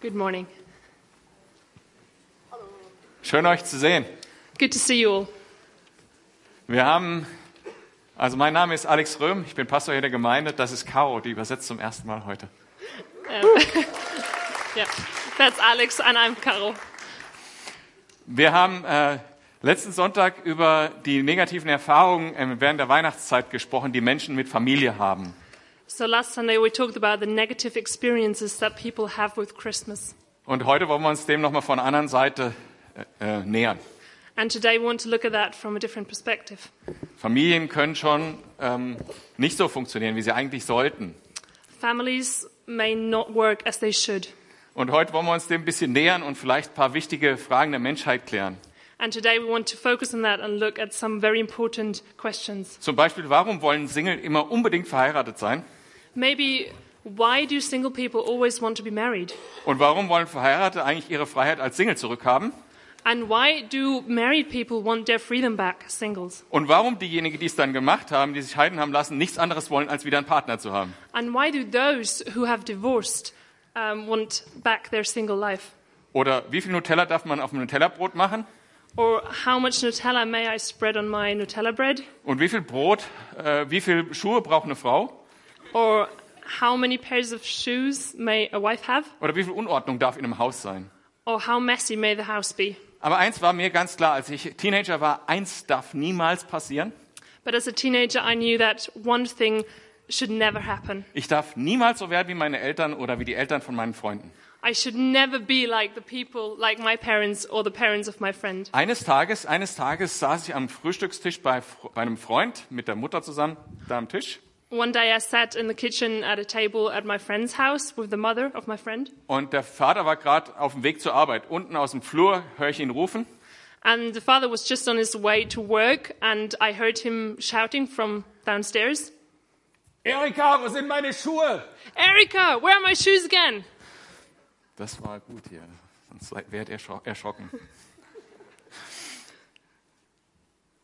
Good morning. Schön euch zu sehen. Good to see you all. Wir haben, also mein Name ist Alex Röhm, ich bin Pastor hier der Gemeinde. Das ist Caro, die übersetzt zum ersten Mal heute. Yeah, that's Alex and I'm Caro. Wir haben äh, letzten Sonntag über die negativen Erfahrungen äh, während der Weihnachtszeit gesprochen, die Menschen mit Familie haben. So last Sunday we talked about the negative experiences that people have with Christmas. Und heute wollen wir uns dem nochmal von der anderen Seite äh, äh, nähern. And today we want to look at that from a different perspective. Familien können schon ähm, nicht so funktionieren, wie sie eigentlich sollten. Families may not work as they should. Und heute wollen wir uns dem ein bisschen nähern und vielleicht ein paar wichtige Fragen der Menschheit klären. And today we want to focus on that and look at some very important questions. Zum Beispiel, warum wollen Single immer unbedingt verheiratet sein? Maybe why do single people always want to be married? Und warum wollen Verheiratete eigentlich ihre Freiheit als Single zurückhaben? And why do married people want their freedom back as singles? Und warum diejenigen, die es dann gemacht haben, die sich heiden haben lassen, nichts anderes wollen, als wieder einen Partner zu haben? And why do those who have divorced um, want back their single life? Oder wie viel Nutella darf man auf einem Nutella-Brot machen? Or how much Nutella may I spread on my Nutella bread? Und wie viel Brot, äh, wie viel Schuhe braucht eine Frau? Or how many pairs of shoes may a wife have? Oder wie viel Unordnung darf in einem Haus sein? Or how messy may the house be? Aber eins war mir ganz klar, als ich Teenager war, eins darf niemals passieren. But as a teenager, I knew that one thing should never happen. Ich darf niemals so werden wie meine Eltern oder wie die Eltern von meinen Freunden. I should never be like the people, like my parents or the parents of my friend. Eines Tages, eines Tages saß ich am Frühstückstisch bei, Fr- bei einem Freund mit der Mutter zusammen da am Tisch One day I sat in the kitchen at a table at my friend's house with the mother of my friend, und der Vater war gerade auf dem Weg zur Arbeit. Unten aus dem Flur höre ich ihn rufen and the father was just on his way to work, and I heard him shouting from downstairs, Erika, wo sind meine Schuhe? Erica, where are my shoes again? Das war gut hier, sonst wärt ihr erschro- erschrocken.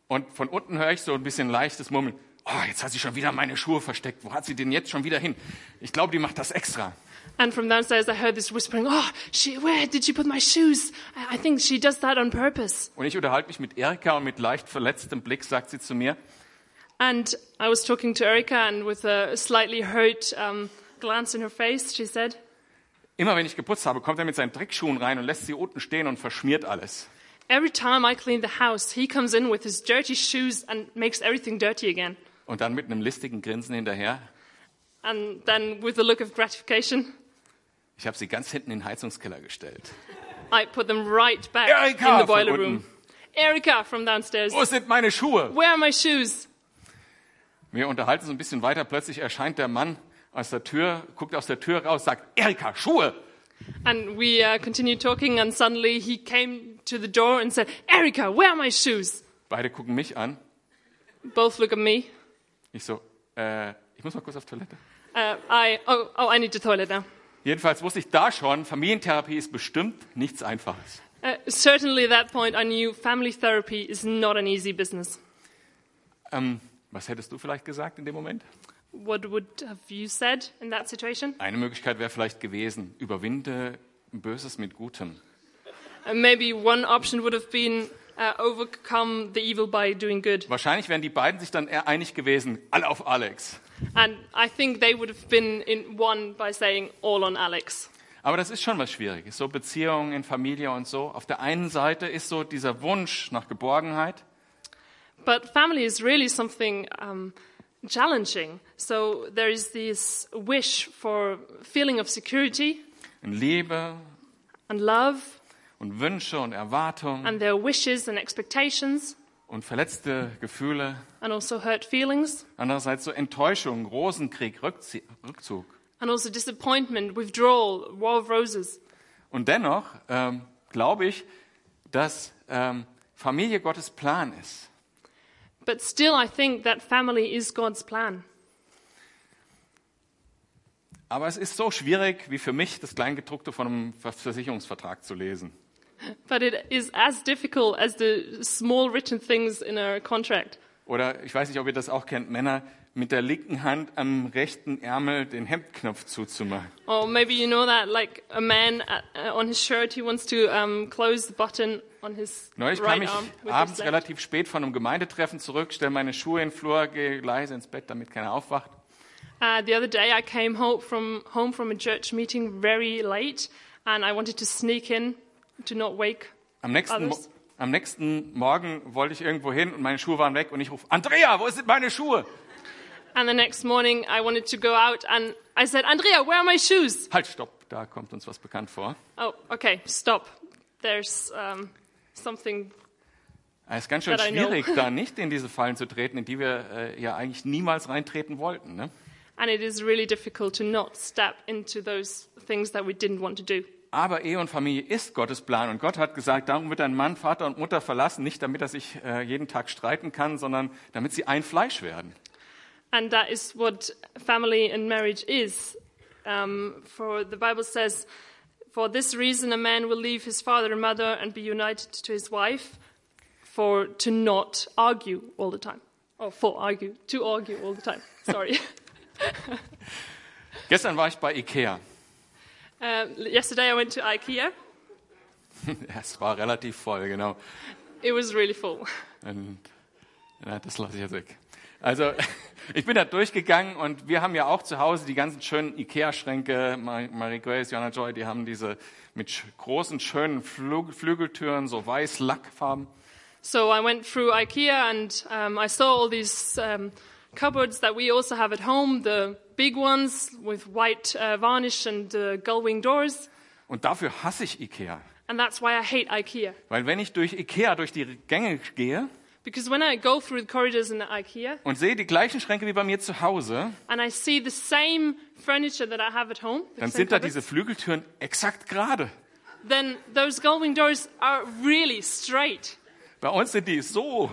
Und von unten höre ich so ein bisschen leichtes Murmeln. Oh, jetzt hat sie schon wieder meine Schuhe versteckt. Wo hat sie denn jetzt schon wieder hin? Ich glaube, die macht das extra. And from downstairs I heard this whispering, oh, she, where did she put my shoes? I, I think she does that on purpose. Und ich unterhalte mich mit Erika und mit leicht verletztem Blick sagt sie zu mir, And I was talking to Erica, and with a slightly hurt um, glance in her face, she said, immer wenn ich geputzt habe, kommt er mit seinen Dreckschuhen rein und lässt sie unten stehen und verschmiert alles. Every time I clean the house, he comes in with his dirty shoes and makes everything dirty again. Und dann mit einem listigen Grinsen hinterher, And then, with a look of gratification, ich habe sie ganz hinten in den Heizungskeller gestellt. I put them right back Erica in the von boiler unten. room. Erica from downstairs. Wo sind meine Schuhe? Where are my shoes? Wir unterhalten uns ein bisschen weiter, plötzlich erscheint der Mann aus der Tür, guckt aus der Tür raus, sagt, Erika, Schuhe! And we uh, continued talking, and suddenly he came to the door and said, Erica, where are my shoes? Beide gucken mich an. Both look at me. Ich so, äh, ich muss mal kurz auf Toilette. Uh, I, oh, oh, I need to toilet now. Jedenfalls wusste ich da schon, Familientherapie ist bestimmt nichts Einfaches. Uh, certainly, at that point, I knew family therapy is not an easy business. Ähm, was hättest du vielleicht gesagt in dem Moment? What would have you said in that situation? Eine Möglichkeit wäre vielleicht gewesen, überwinde Böses mit Gutem. Uh, maybe one option would have been uh, overcome the evil by doing good. Wahrscheinlich wären die beiden sich dann eher einig gewesen, alle auf Alex. And I think they would have been in one by saying all on Alex. Aber das ist schon was Schwieriges, so Beziehungen in Familie und so. Auf der einen Seite ist so dieser Wunsch nach Geborgenheit But family is really something um, challenging. So there is this wish for feeling of security in Liebe and love, und Wünsche und Erwartungen and their wishes and expectations, und verletzte Gefühle. and also hurt feelings, Andererseits so Enttäuschung, Rosenkrieg, Rückzie Rückzug. and also disappointment, withdrawal, war of roses. Und dennoch ähm, glaube ich, dass ähm, Familie Gottes Plan ist. But still, I think that family is God's plan. Aber es ist so schwierig, wie für mich das Kleingedruckte von einem Ver- Versicherungsvertrag zu lesen. But it is as difficult as the small written things in our contract. Oder ich weiß nicht, ob ihr das auch kennt, Männer, mit der linken Hand am rechten Ärmel den Hemdknopf zuzumachen. Or maybe you know that, like a man uh, on his shirt, he wants to um, close the button on his Neulich kam right ich arm. With abends his left. relativ spät von einem Gemeindetreffen zurück, stelle meine Schuhe in den Flur, gehe leise ins Bett, damit keiner aufwacht. Uh, the other day, I came home from home from a church meeting very late, and I wanted to sneak in to not wake. Am nächsten, Mo Alles. am nächsten Morgen wollte ich irgendwo hin und meine Schuhe waren weg und ich rufe, Andrea, wo sind meine Schuhe? And the next morning, I wanted to go out, and I said, "Andrea, where are my shoes?" Halt, stopp, da kommt uns was bekannt vor. Oh, okay, stop. There's um, something. Es Ah, ist ganz schön That I know. schwierig, da nicht in diese Fallen zu treten, in die wir äh, ja eigentlich niemals reintreten wollten. Ne? And it is really difficult to not step into those things that we didn't want to do. Aber Ehe und Familie ist Gottes Plan und Gott hat gesagt, darum wird ein Mann Vater und Mutter verlassen, nicht damit er sich äh, jeden Tag streiten kann, sondern damit sie ein Fleisch werden. And that is what family and marriage is. Um, for the Bible says, For this reason, a man will leave his father and mother and be united to his wife, for to not argue all the time. Or for argue, to argue all the time. Sorry. Gestern war ich bei Ikea. um, yesterday I went to IKEA. Es war relativ voll, genau. It was really full. Und, na, das lasse ich jetzt weg. Also ich bin da durchgegangen und wir haben ja auch zu Hause die ganzen schönen Ikea-Schränke. Ma- Marie Grace, Johanna Joy, die haben diese mit sch- großen, schönen Flü- Flügeltüren, so weiß Lackfarben. So I went through IKEA and um, I saw all these um, cupboards that we also have at home, the big ones with white uh, varnish and uh, gull wing doors. Und dafür hasse ich Ikea. And that's why I hate IKEA. Weil wenn ich durch Ikea durch die Gänge gehe Because when I go through the corridors in IKEA und sehe die gleichen Schränke wie bei mir zu Hause, and I see the same furniture that I have at home, the same dann sind da cupboards, diese Flügeltüren exakt gerade. then those gull wing doors are really straight. Bei uns sind die so.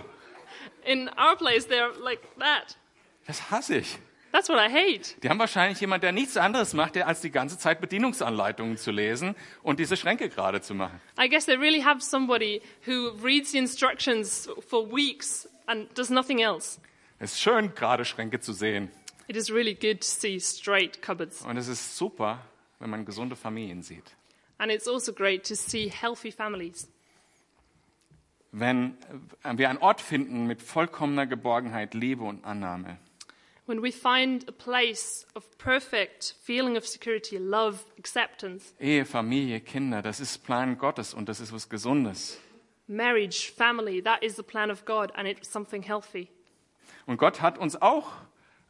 In our place, they're like that. Das hasse ich. That's what I hate. Die haben wahrscheinlich jemand, der nichts anderes macht, der als die ganze Zeit Bedienungsanleitungen zu lesen und diese Schränke gerade zu machen. I guess they really have somebody who reads the instructions for weeks and does nothing else. Es ist schön, gerade Schränke zu sehen. It is really good to see straight cupboards. Und es ist super, wenn man gesunde Familien sieht. And it's also great to see healthy families. Wenn äh, wir einen Ort finden mit vollkommener Geborgenheit, Liebe und Annahme. When we find a place of perfect feeling of security, love, acceptance, Ehe, Familie, Kinder, das ist Plan Gottes und das ist was Gesundes. marriage, family, that is the plan of God and it's something healthy. Und Gott hat uns auch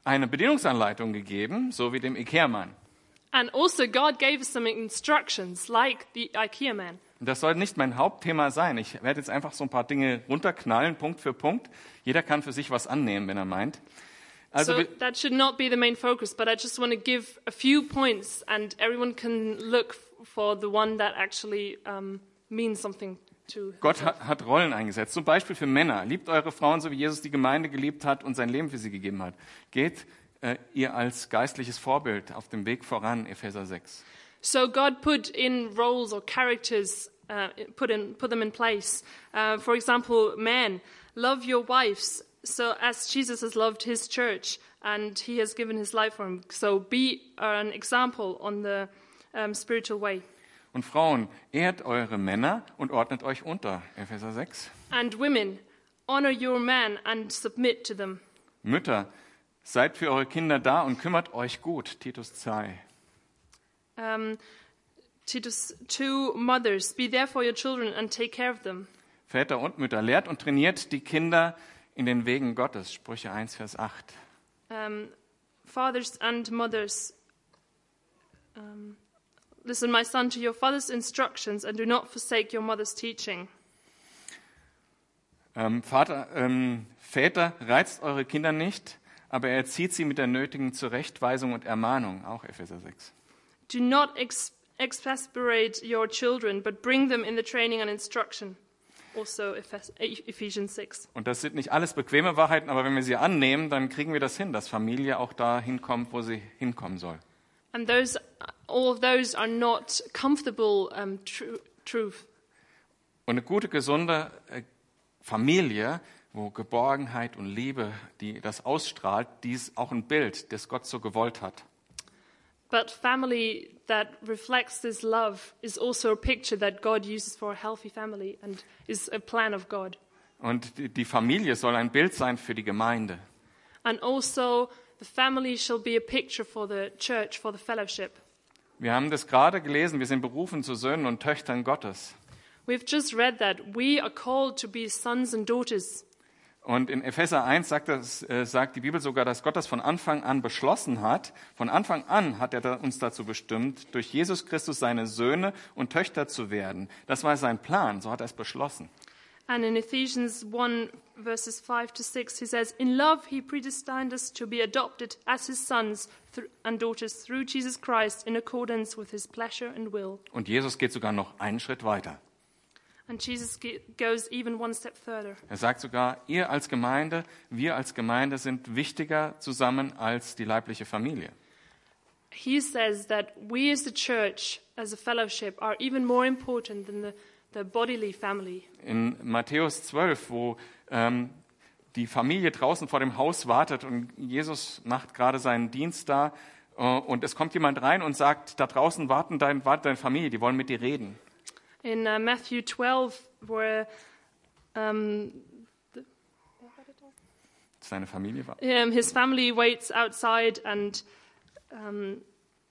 eine Bedienungsanleitung gegeben, so wie dem Ikea-Mann. And also, God gave us some instructions, like the IKEA man. Und das soll nicht mein Hauptthema sein. Ich werde jetzt einfach so ein paar Dinge runterknallen, Punkt für Punkt. Jeder kann für sich was annehmen, wenn er meint. Also So wir- that should not be the main focus, but I just want to give a few points and everyone can look f- for the one that actually um, means something to Gott hat, hat Rollen eingesetzt, zum Beispiel für Männer. Liebt eure Frauen, so wie Jesus die Gemeinde geliebt hat und sein Leben für sie gegeben hat. Geht äh, ihr als geistliches Vorbild auf dem Weg voran, Epheser 6. So God put in roles or characters, uh, put in put them in place. Uh, for example, men love your wives, so as Jesus has loved His church and He has given His life for Him. So be an example on the um, spiritual way. Und Frauen, ehrt eure Männer und ordnet euch unter, Epheser 6. And women, honor your men and submit to them. Mütter, seid für eure Kinder da und kümmert euch gut, Titus 2. Um, Titus two mothers, be there for your children and take care of them. Väter und Mütter, lehrt und trainiert die Kinder in den Wegen Gottes. Sprüche 1, Vers 8. um, fathers and mothers, um, listen, my son, to your father's instructions and do not forsake your mother's teaching. Ähm, Vater, ähm, Väter, reizt eure Kinder nicht, aber erzieht sie mit der nötigen Zurechtweisung und Ermahnung. Auch Epheser 6. Do not ex- exasperate your children, but bring them in the training and instruction. Also Ephes- E- Ephesians 6. Und das sind nicht alles bequeme Wahrheiten, aber wenn wir sie annehmen, dann kriegen wir das hin, dass Familie auch da hinkommt, wo sie hinkommen soll. And those, all of those are not comfortable um, tru- truth. Und eine gute, gesunde äh, Familie wo Geborgenheit und Liebe, die das ausstrahlt, dies auch ein Bild, das Gott so gewollt hat. But family that reflects this love is also a picture that God uses for a healthy family and is a plan of God. Und die- die Familie soll ein Bild sein für die Gemeinde. And also, the family shall be a picture for the church, for the fellowship. Wir haben das gerade gelesen, wir sind berufen zu Söhnen und Töchtern Gottes. We've just read that we are called to be sons and daughters. Und in Epheser 1 sagt, das, äh, sagt die Bibel sogar, dass Gott das von Anfang an beschlossen hat. Von Anfang an hat er da- uns dazu bestimmt, durch Jesus Christus seine Söhne und Töchter zu werden. Das war sein Plan, so hat er es beschlossen. And in Ephesians 1, verses 5 to 6, he says, In love, he predestined us to be adopted as his sons thr- and daughters through Jesus Christ in accordance with his pleasure and will. Und Jesus geht sogar noch einen Schritt weiter. And Jesus ge- goes even one step further. Er sagt sogar, ihr als Gemeinde, wir als Gemeinde sind wichtiger zusammen als die leibliche Familie. He says that we as the church, as a fellowship, are even more important than the, the bodily family. In Matthäus 12, wo ähm, die Familie draußen vor dem Haus wartet und Jesus macht gerade seinen Dienst da äh, und es kommt jemand rein und sagt, da draußen warten dein, wartet deine Familie, die wollen mit dir reden. In uh, Matthew 12, where um, Seine Familie war. um, his family waits outside and um,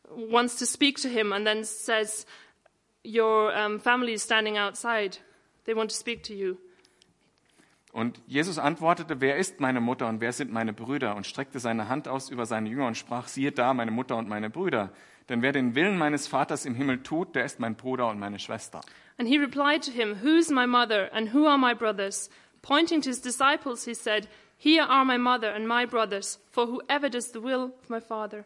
wants to speak to him, and then says, Your um, family is standing outside. They want to speak to you. Und Jesus antwortete, wer ist meine Mutter und wer sind meine Brüder? Und streckte seine Hand aus über seine Jünger und sprach, siehe da, meine Mutter und meine Brüder. Denn wer den Willen meines Vaters im Himmel tut, der ist mein Bruder und meine Schwester. And he replied to him, Who's my mother and who are my brothers? Pointing to his disciples, he said, Here are my mother and my brothers, for whoever does the will of my Father.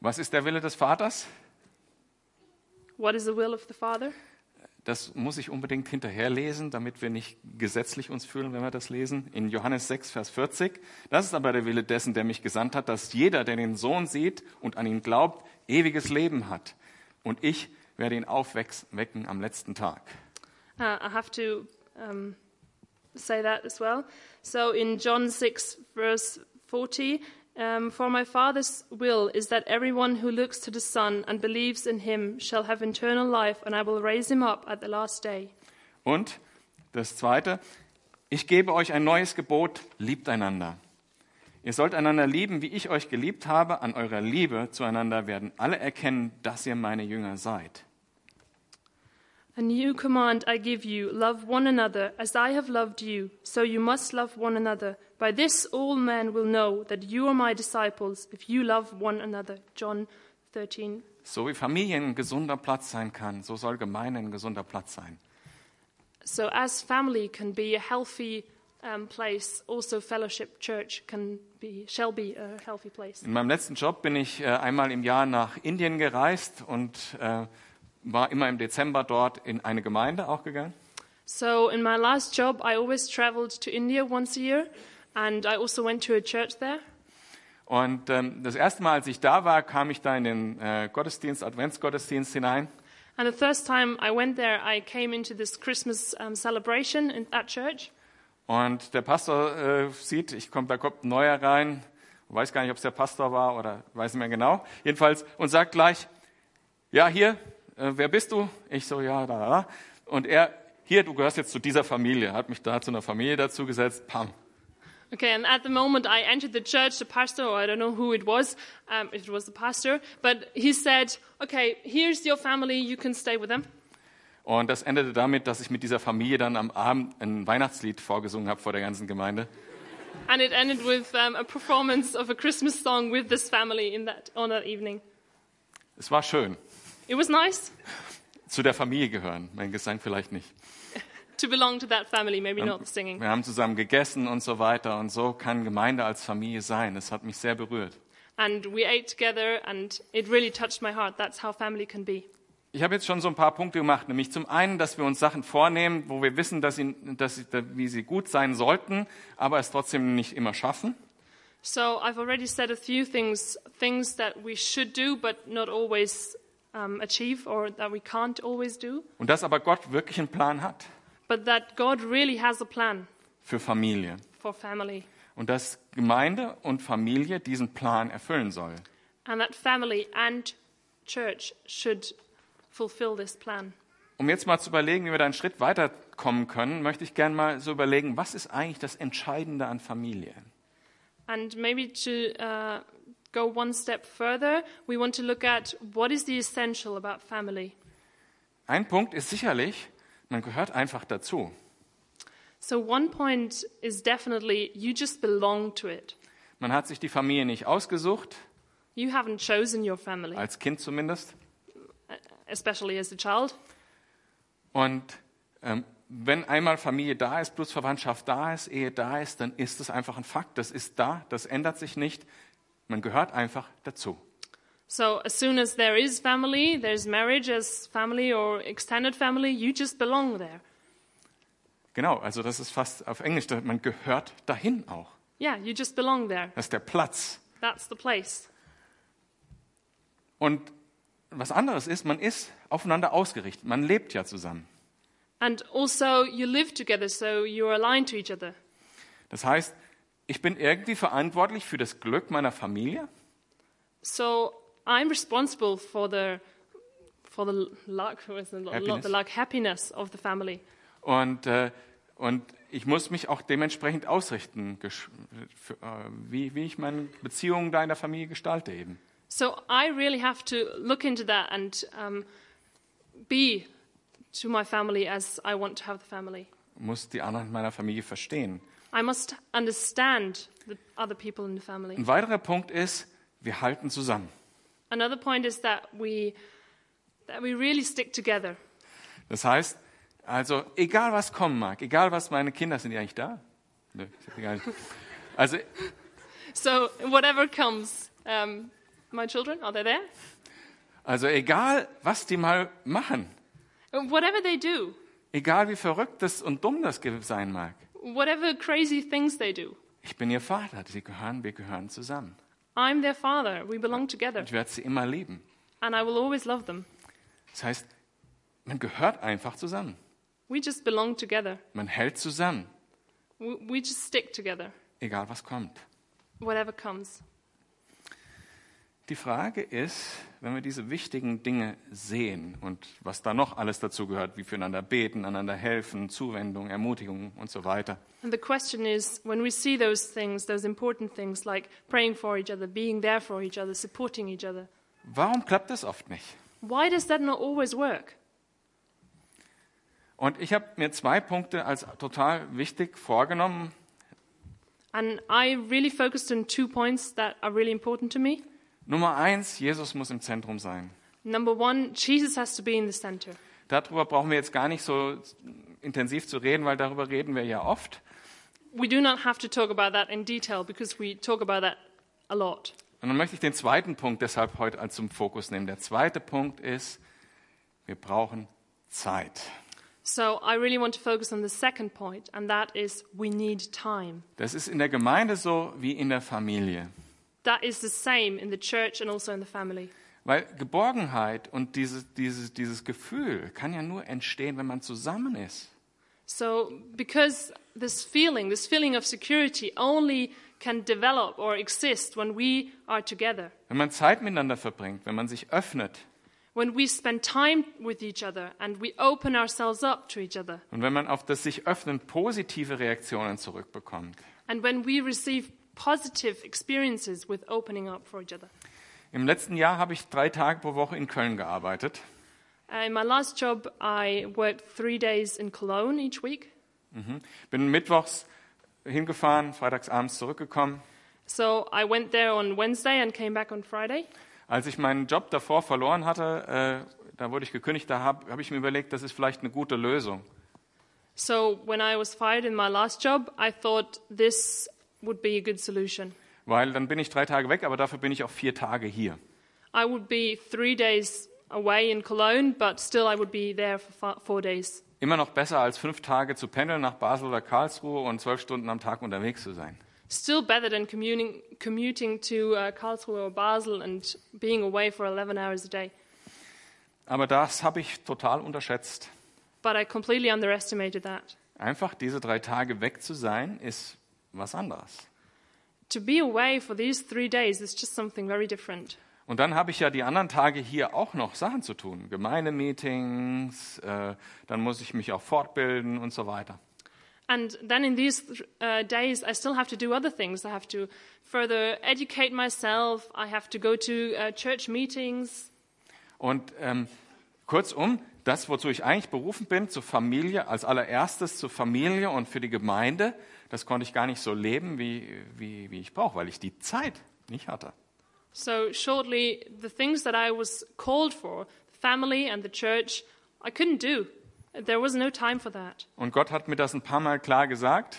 Was ist der Wille des Vaters? What is the will of the Father? Das muss ich unbedingt hinterherlesen, damit wir nicht gesetzlich uns fühlen, wenn wir das lesen. In Johannes 6, Vers 40. Das ist aber der Wille dessen, der mich gesandt hat, dass jeder, der den Sohn sieht und an ihn glaubt, ewiges Leben hat. Und ich werde ihn aufwecken am letzten Tag. Uh, I have to um, say that as well. So in John 6, verse 40, um, for my Father's will is that everyone who looks to the Son and believes in him shall have eternal life, and I will raise him up at the last day. Und das Zweite, ich gebe euch ein neues Gebot, liebt einander. Ihr sollt einander lieben, wie ich euch geliebt habe. An eurer Liebe zueinander werden alle erkennen, dass ihr meine Jünger seid. A new command I give you love one another as I have loved you, so you must love one another. By this all men will know that you are my disciples if you love one another. John 13, So wie Familie ein gesunder Platz sein kann, so soll Gemeinde ein gesunder Platz sein. So, as family can be a healthy um, place, also fellowship church can be, shall be a healthy place. In meinem letzten Job bin ich äh, einmal im Jahr nach Indien gereist und äh, war immer im Dezember dort in eine Gemeinde auch gegangen. So, in my last job, I always traveled to India once a year, and I also went to a church there. Und ähm, das erste Mal, als ich da war, kam ich da in den äh, Gottesdienst, Adventsgottesdienst hinein. And the first time I went there, I came into this Christmas um, celebration in, at church. Und der Pastor äh, sieht, ich komm, da kommt ein neuer rein, weiß gar nicht, ob es der Pastor war oder weiß nicht mehr genau. Jedenfalls und sagt gleich, ja hier, äh, wer bist du? Ich so, ja, da, da. Und er, hier, du gehörst jetzt zu dieser Familie, hat mich da zu einer Familie dazugesetzt, pam. Okay, and at the moment I entered the church, the pastor, or I don't know who it was, um, if it was the pastor, but he said, Okay, here's your family, you can stay with them. Und das endete damit, dass ich mit dieser Familie dann am Abend ein Weihnachtslied vorgesungen habe vor der ganzen Gemeinde. And it ended with um, a performance of a Christmas song with this family in that, on that evening. Es war schön, It was nice zu der Familie gehören, mein Gesang vielleicht nicht. to belong to that family, maybe Um, not the singing. Ähm, Wir haben zusammen gegessen und so weiter und so kann Gemeinde als Familie sein. Das hat mich sehr berührt. And we ate together, and it really touched my heart. That's how family can be. Ich habe jetzt schon so ein paar Punkte gemacht, nämlich zum einen, dass wir uns Sachen vornehmen, wo wir wissen, dass sie, dass sie, wie sie gut sein sollten, aber es trotzdem nicht immer schaffen. So I've already said a few things, things that we should do, but not always um, achieve, or that we can't always do. Und dass aber Gott wirklich einen Plan hat. but that God really has a plan für Familie. for family Und dass Gemeinde und Familie diesen Plan erfüllen soll. and that family and church should fulfill this plan. Um jetzt mal zu überlegen, wie wir da einen Schritt weiterkommen können, möchte ich gerne mal so überlegen, was ist eigentlich das Entscheidende an Familie? And maybe to uh, go one step further, we want to look at what is the essential about family. Ein Punkt ist sicherlich, man gehört einfach dazu. So, one point is definitely you just belong to it. Man hat sich die Familie nicht ausgesucht, You haven't chosen your family, als Kind zumindest. especially as a child. Und ähm, wenn einmal Familie da ist, Blutsverwandtschaft da ist, Ehe da ist, dann ist es einfach ein Fakt. Das ist da, das ändert sich nicht. Man gehört einfach dazu. So, as soon as there is family, there's marriage as family or extended family, you just belong there. Genau, also das ist fast auf Englisch, da- man gehört dahin auch. Yeah, you just belong there. Das ist der Platz. That's the place. Und was anderes ist, man ist aufeinander ausgerichtet. Man lebt ja zusammen. And also, you live together, so you're aligned to each other. Das heißt, ich bin irgendwie verantwortlich für das Glück meiner Familie. So, I'm responsible for the for the luck, or is it not Happiness. the luck, happiness of the family. Und, äh, und ich muss mich auch dementsprechend ausrichten, gesch- für, äh, wie, wie ich meine Beziehungen da in der Familie gestalte eben. So I really have to look into that and um, be to my family as I want to have the family. Muss die anderen in meiner Familie verstehen. I must understand the other people in the family. Ein weiterer Punkt ist, wir halten zusammen. Another point is that we that we really stick together. Das heißt, also egal was kommen mag, egal was meine Kinder sind, die eigentlich da? Nö, sind die gar nicht. Also So whatever comes, um, my children are they there? Also egal, was die mal machen, Whatever they do, egal wie verrückt das und dumm das ge- sein mag, whatever crazy things they do, ich bin ihr Vater, sie gehören, wir gehören zusammen. I'm their father. We belong together, Ich werde sie immer lieben. and I will always love them. Das heißt, man gehört einfach zusammen. We just belong together. Man hält zusammen, We, we just stick together, egal was kommt. whatever comes. Die Frage ist, wenn wir diese wichtigen Dinge sehen und was da noch alles dazu gehört, wie füreinander beten, einander helfen, Zuwendung, Ermutigung und so weiter, And the question is when we see those things, those important things like praying for each other, being there for each other, supporting each other, warum klappt das oft nicht? why does that not always work? Und ich habe mir zwei Punkte als total wichtig vorgenommen, And I really focused on two points that are really important to me. Nummer eins, Jesus muss im Zentrum sein. Number one, Jesus has to be in the center. Darüber brauchen wir jetzt gar nicht so intensiv zu reden, weil darüber reden wir ja oft. We do not have to talk about that in detail because we talk about that a lot. Und dann möchte ich den zweiten Punkt deshalb heute als zum Fokus nehmen. Der zweite Punkt ist, wir brauchen Zeit. So I really want to focus on the second point, and that is we need time. Das ist in der Gemeinde so wie in der Familie. That is the same in the church and also in the family. Weil Geborgenheit und dieses, dieses, dieses Gefühl kann ja nur entstehen, wenn man zusammen ist. So, because this feeling, this feeling of security, only can develop or exist when we are together, Wenn man Zeit miteinander verbringt, wenn man sich öffnet when we spend time with each other and we open ourselves up to each other, und wenn man auf das sich öffnen positive Reaktionen zurückbekommt. and when we receive positive experiences with opening up for each other. Im letzten Jahr habe ich drei Tage pro Woche in Köln gearbeitet. Uh, in my last job, I worked three days in Cologne each week. Bin mittwochs hingefahren, freitags abends zurückgekommen. So I went there on Wednesday and came back on Friday. Als ich meinen Job davor verloren hatte, äh, da wurde ich gekündigt, da habe habe ich mir überlegt, das ist vielleicht eine gute Lösung. So when I was fired in my last job, I thought this would be a good solution. Weil dann bin ich drei Tage weg, aber dafür bin ich auch vier Tage hier. I would be three days away in Cologne, but still I would be there for fi- four days. Immer noch besser als fünf Tage zu pendeln nach Basel oder Karlsruhe und zwölf Stunden am Tag unterwegs zu sein. Still better than commuting, commuting to uh, Karlsruhe or Basel and being away for 11 hours a day. Aber das habe ich total unterschätzt. but I completely underestimated that. Einfach diese drei Tage weg zu sein, ist was anderes. To be away for these three days is just something very different. Und dann habe ich ja die anderen Tage hier auch noch Sachen zu tun. Gemeindemeetings, äh, dann muss ich mich auch fortbilden und so weiter. And then in these th- uh, days, I still have to do other things. I have to further educate myself. I have to go to uh, church meetings. Und ähm, kurzum, das, wozu ich eigentlich berufen bin, zur Familie, als allererstes zur Familie und für die Gemeinde, das konnte ich gar nicht so leben, wie, wie, wie ich brauche, weil ich die Zeit nicht hatte. So, shortly, the things that I was called for, the family and the church, I couldn't do. There was no time for that. Und Gott hat mir das ein paar Mal klar gesagt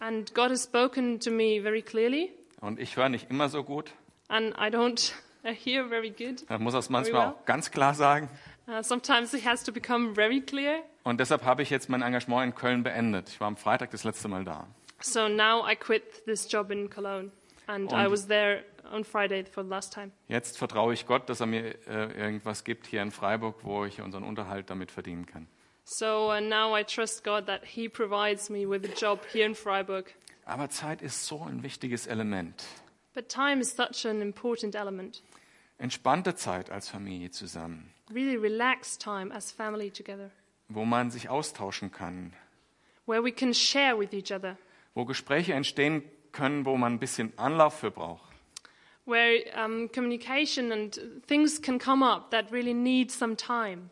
And God has spoken to me very clearly, und ich höre nicht immer so gut. and I don't hear very good. Dann muss er es manchmal well. auch ganz klar sagen. Uh, sometimes it has to become very clear. Und deshalb habe ich jetzt mein Engagement in Köln beendet. Ich war am Freitag das letzte Mal da. So now I quit this job in Cologne, and I Und- was there on Friday for the last time. Jetzt vertraue ich Gott, dass er mir äh, irgendwas gibt hier in Freiburg, wo ich unseren Unterhalt damit verdienen kann. So uh, now I trust God that He provides me with a job here in Freiburg. Aber Zeit ist so ein wichtiges Element. But time is such an important element. Entspannte Zeit als Familie zusammen, Really relaxed time as family together, wo man sich austauschen kann, where we can share with each other, wo Gespräche entstehen können, wo man ein bisschen Anlauf für braucht. where um, communication and things can come up that really need some time.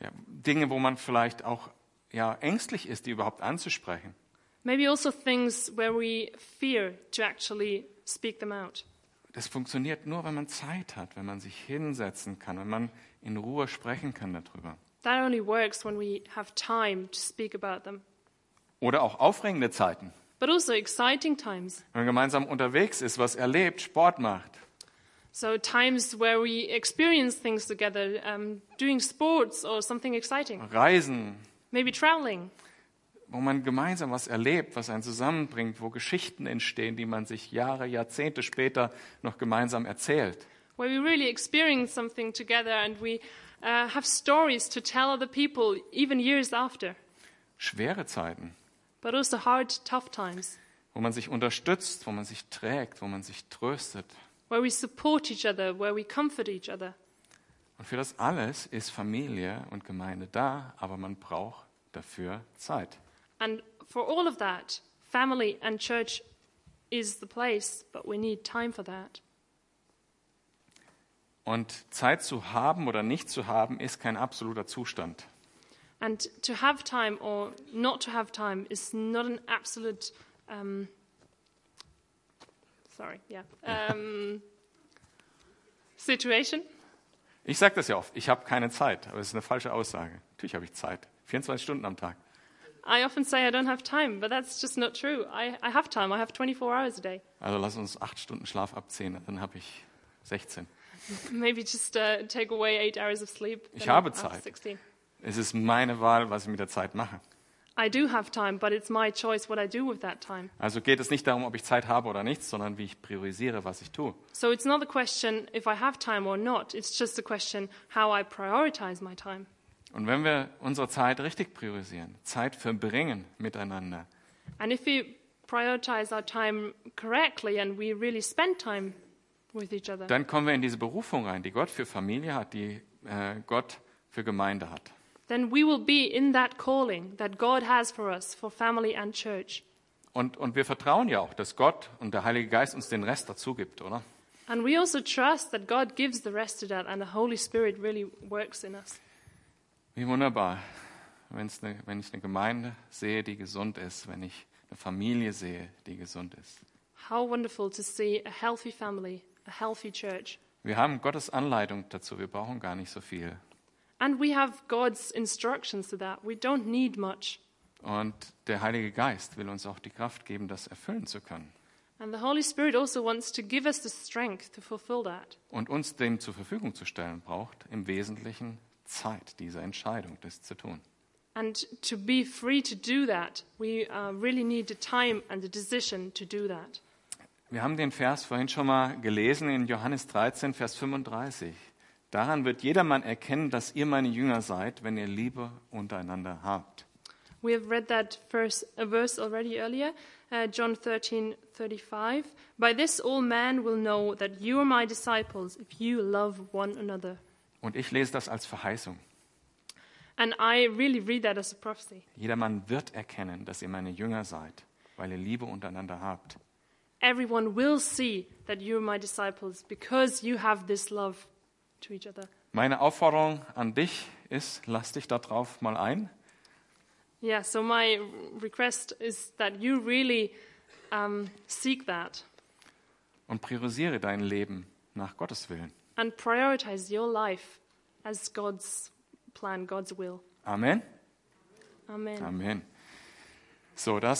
Ja, Dinge, wo man vielleicht auch ja, ängstlich ist, die überhaupt anzusprechen. Maybe also things where we fear to actually speak them out. Das funktioniert nur, wenn man Zeit hat, wenn man sich hinsetzen kann, wenn man in Ruhe sprechen kann darüber. That only works when we have time to speak about them. Oder auch aufregende Zeiten, But also exciting times. wenn man gemeinsam unterwegs ist, was erlebt, Sport macht. So times where we experience things together, um, doing sports or something exciting. Reisen, Maybe traveling. wo man gemeinsam was erlebt, was einen zusammenbringt, wo Geschichten entstehen, die man sich Jahre, Jahrzehnte später noch gemeinsam erzählt. Where we really experience something together and we uh, have stories to tell other people even years after. Schwere Zeiten, But also hard, tough times. wo man sich unterstützt, wo man sich trägt, wo man sich tröstet. Where we support each other, where we comfort each other. Und für das alles ist Familie und Gemeinde da, aber man braucht dafür Zeit. And for all of that, family and church is the place, but we need time for that. Und Zeit zu haben oder nicht zu haben, ist kein absoluter Zustand. And to have time or not to have time is not an absolute. Um, sorry, yeah. Um, situation. Ich sage das ja oft, ich habe keine Zeit, aber es ist eine falsche Aussage. Natürlich habe ich Zeit, 24 Stunden am Tag. I often say I don't have time, but that's just not true. I, I have time, I have 24 hours a day. Also lass uns acht Stunden Schlaf abziehen, dann habe ich 16. Maybe just uh, take away eight hours of sleep. Ich then habe I'll have Zeit. 16. Es ist meine Wahl, was ich mit der Zeit mache. I do have time, but it's my choice what I do with that time. Also geht es nicht darum, ob ich Zeit habe oder nicht, sondern wie ich priorisiere, was ich tue. So it's not the question if I have time or not, it's just the question how I prioritize my time. Und wenn wir unsere Zeit richtig priorisieren, Zeit verbringen miteinander, And if we prioritize our time correctly and we really spend time with each other, dann kommen wir in diese Berufung rein, die Gott für Familie hat, die äh, Gott für Gemeinde hat. then we will be in that calling that God has for us, for family and church. Und, und wir vertrauen ja auch, dass Gott und der Heilige Geist uns den Rest dazu gibt, oder? And we also trust that God gives the rest to that and the Holy Spirit really works in us. Wie wunderbar, wenn's ne, wenn ich eine Gemeinde sehe, die gesund ist, wenn ich eine Familie sehe, die gesund ist. How wonderful to see a healthy family, a healthy church. Wir haben Gottes Anleitung dazu, wir brauchen gar nicht so viel. And we have God's instructions to that. We don't need much. Und der Heilige Geist will uns auch die Kraft geben, das erfüllen zu können And the Holy Spirit also wants to give us the strength to fulfill that. und uns dem zur Verfügung zu stellen, braucht im Wesentlichen Zeit, diese Entscheidung, das zu tun. And to be free to do that, we uh, really need the time and the decision to do that. Wir haben den Vers vorhin schon mal gelesen in Johannes 13, Vers 35. Daran wird jedermann erkennen, dass ihr meine Jünger seid, wenn ihr Liebe untereinander habt. We have read that verse, uh, verse already earlier, uh, John 13:35. By this all men will know that you are my disciples if you love one another. Und ich lese das als Verheißung. And I really read that as a prophecy. Jedermann wird erkennen, dass ihr meine Jünger seid, weil ihr Liebe untereinander habt. Everyone will see that you are my disciples because you have this love to each other. Meine Aufforderung an dich ist, lass dich darauf mal ein. Yeah, so my request is that you really um, seek that und priorisiere dein Leben nach Gottes Willen. and prioritize your life as God's plan, God's will. Amen. Amen. Amen. So, das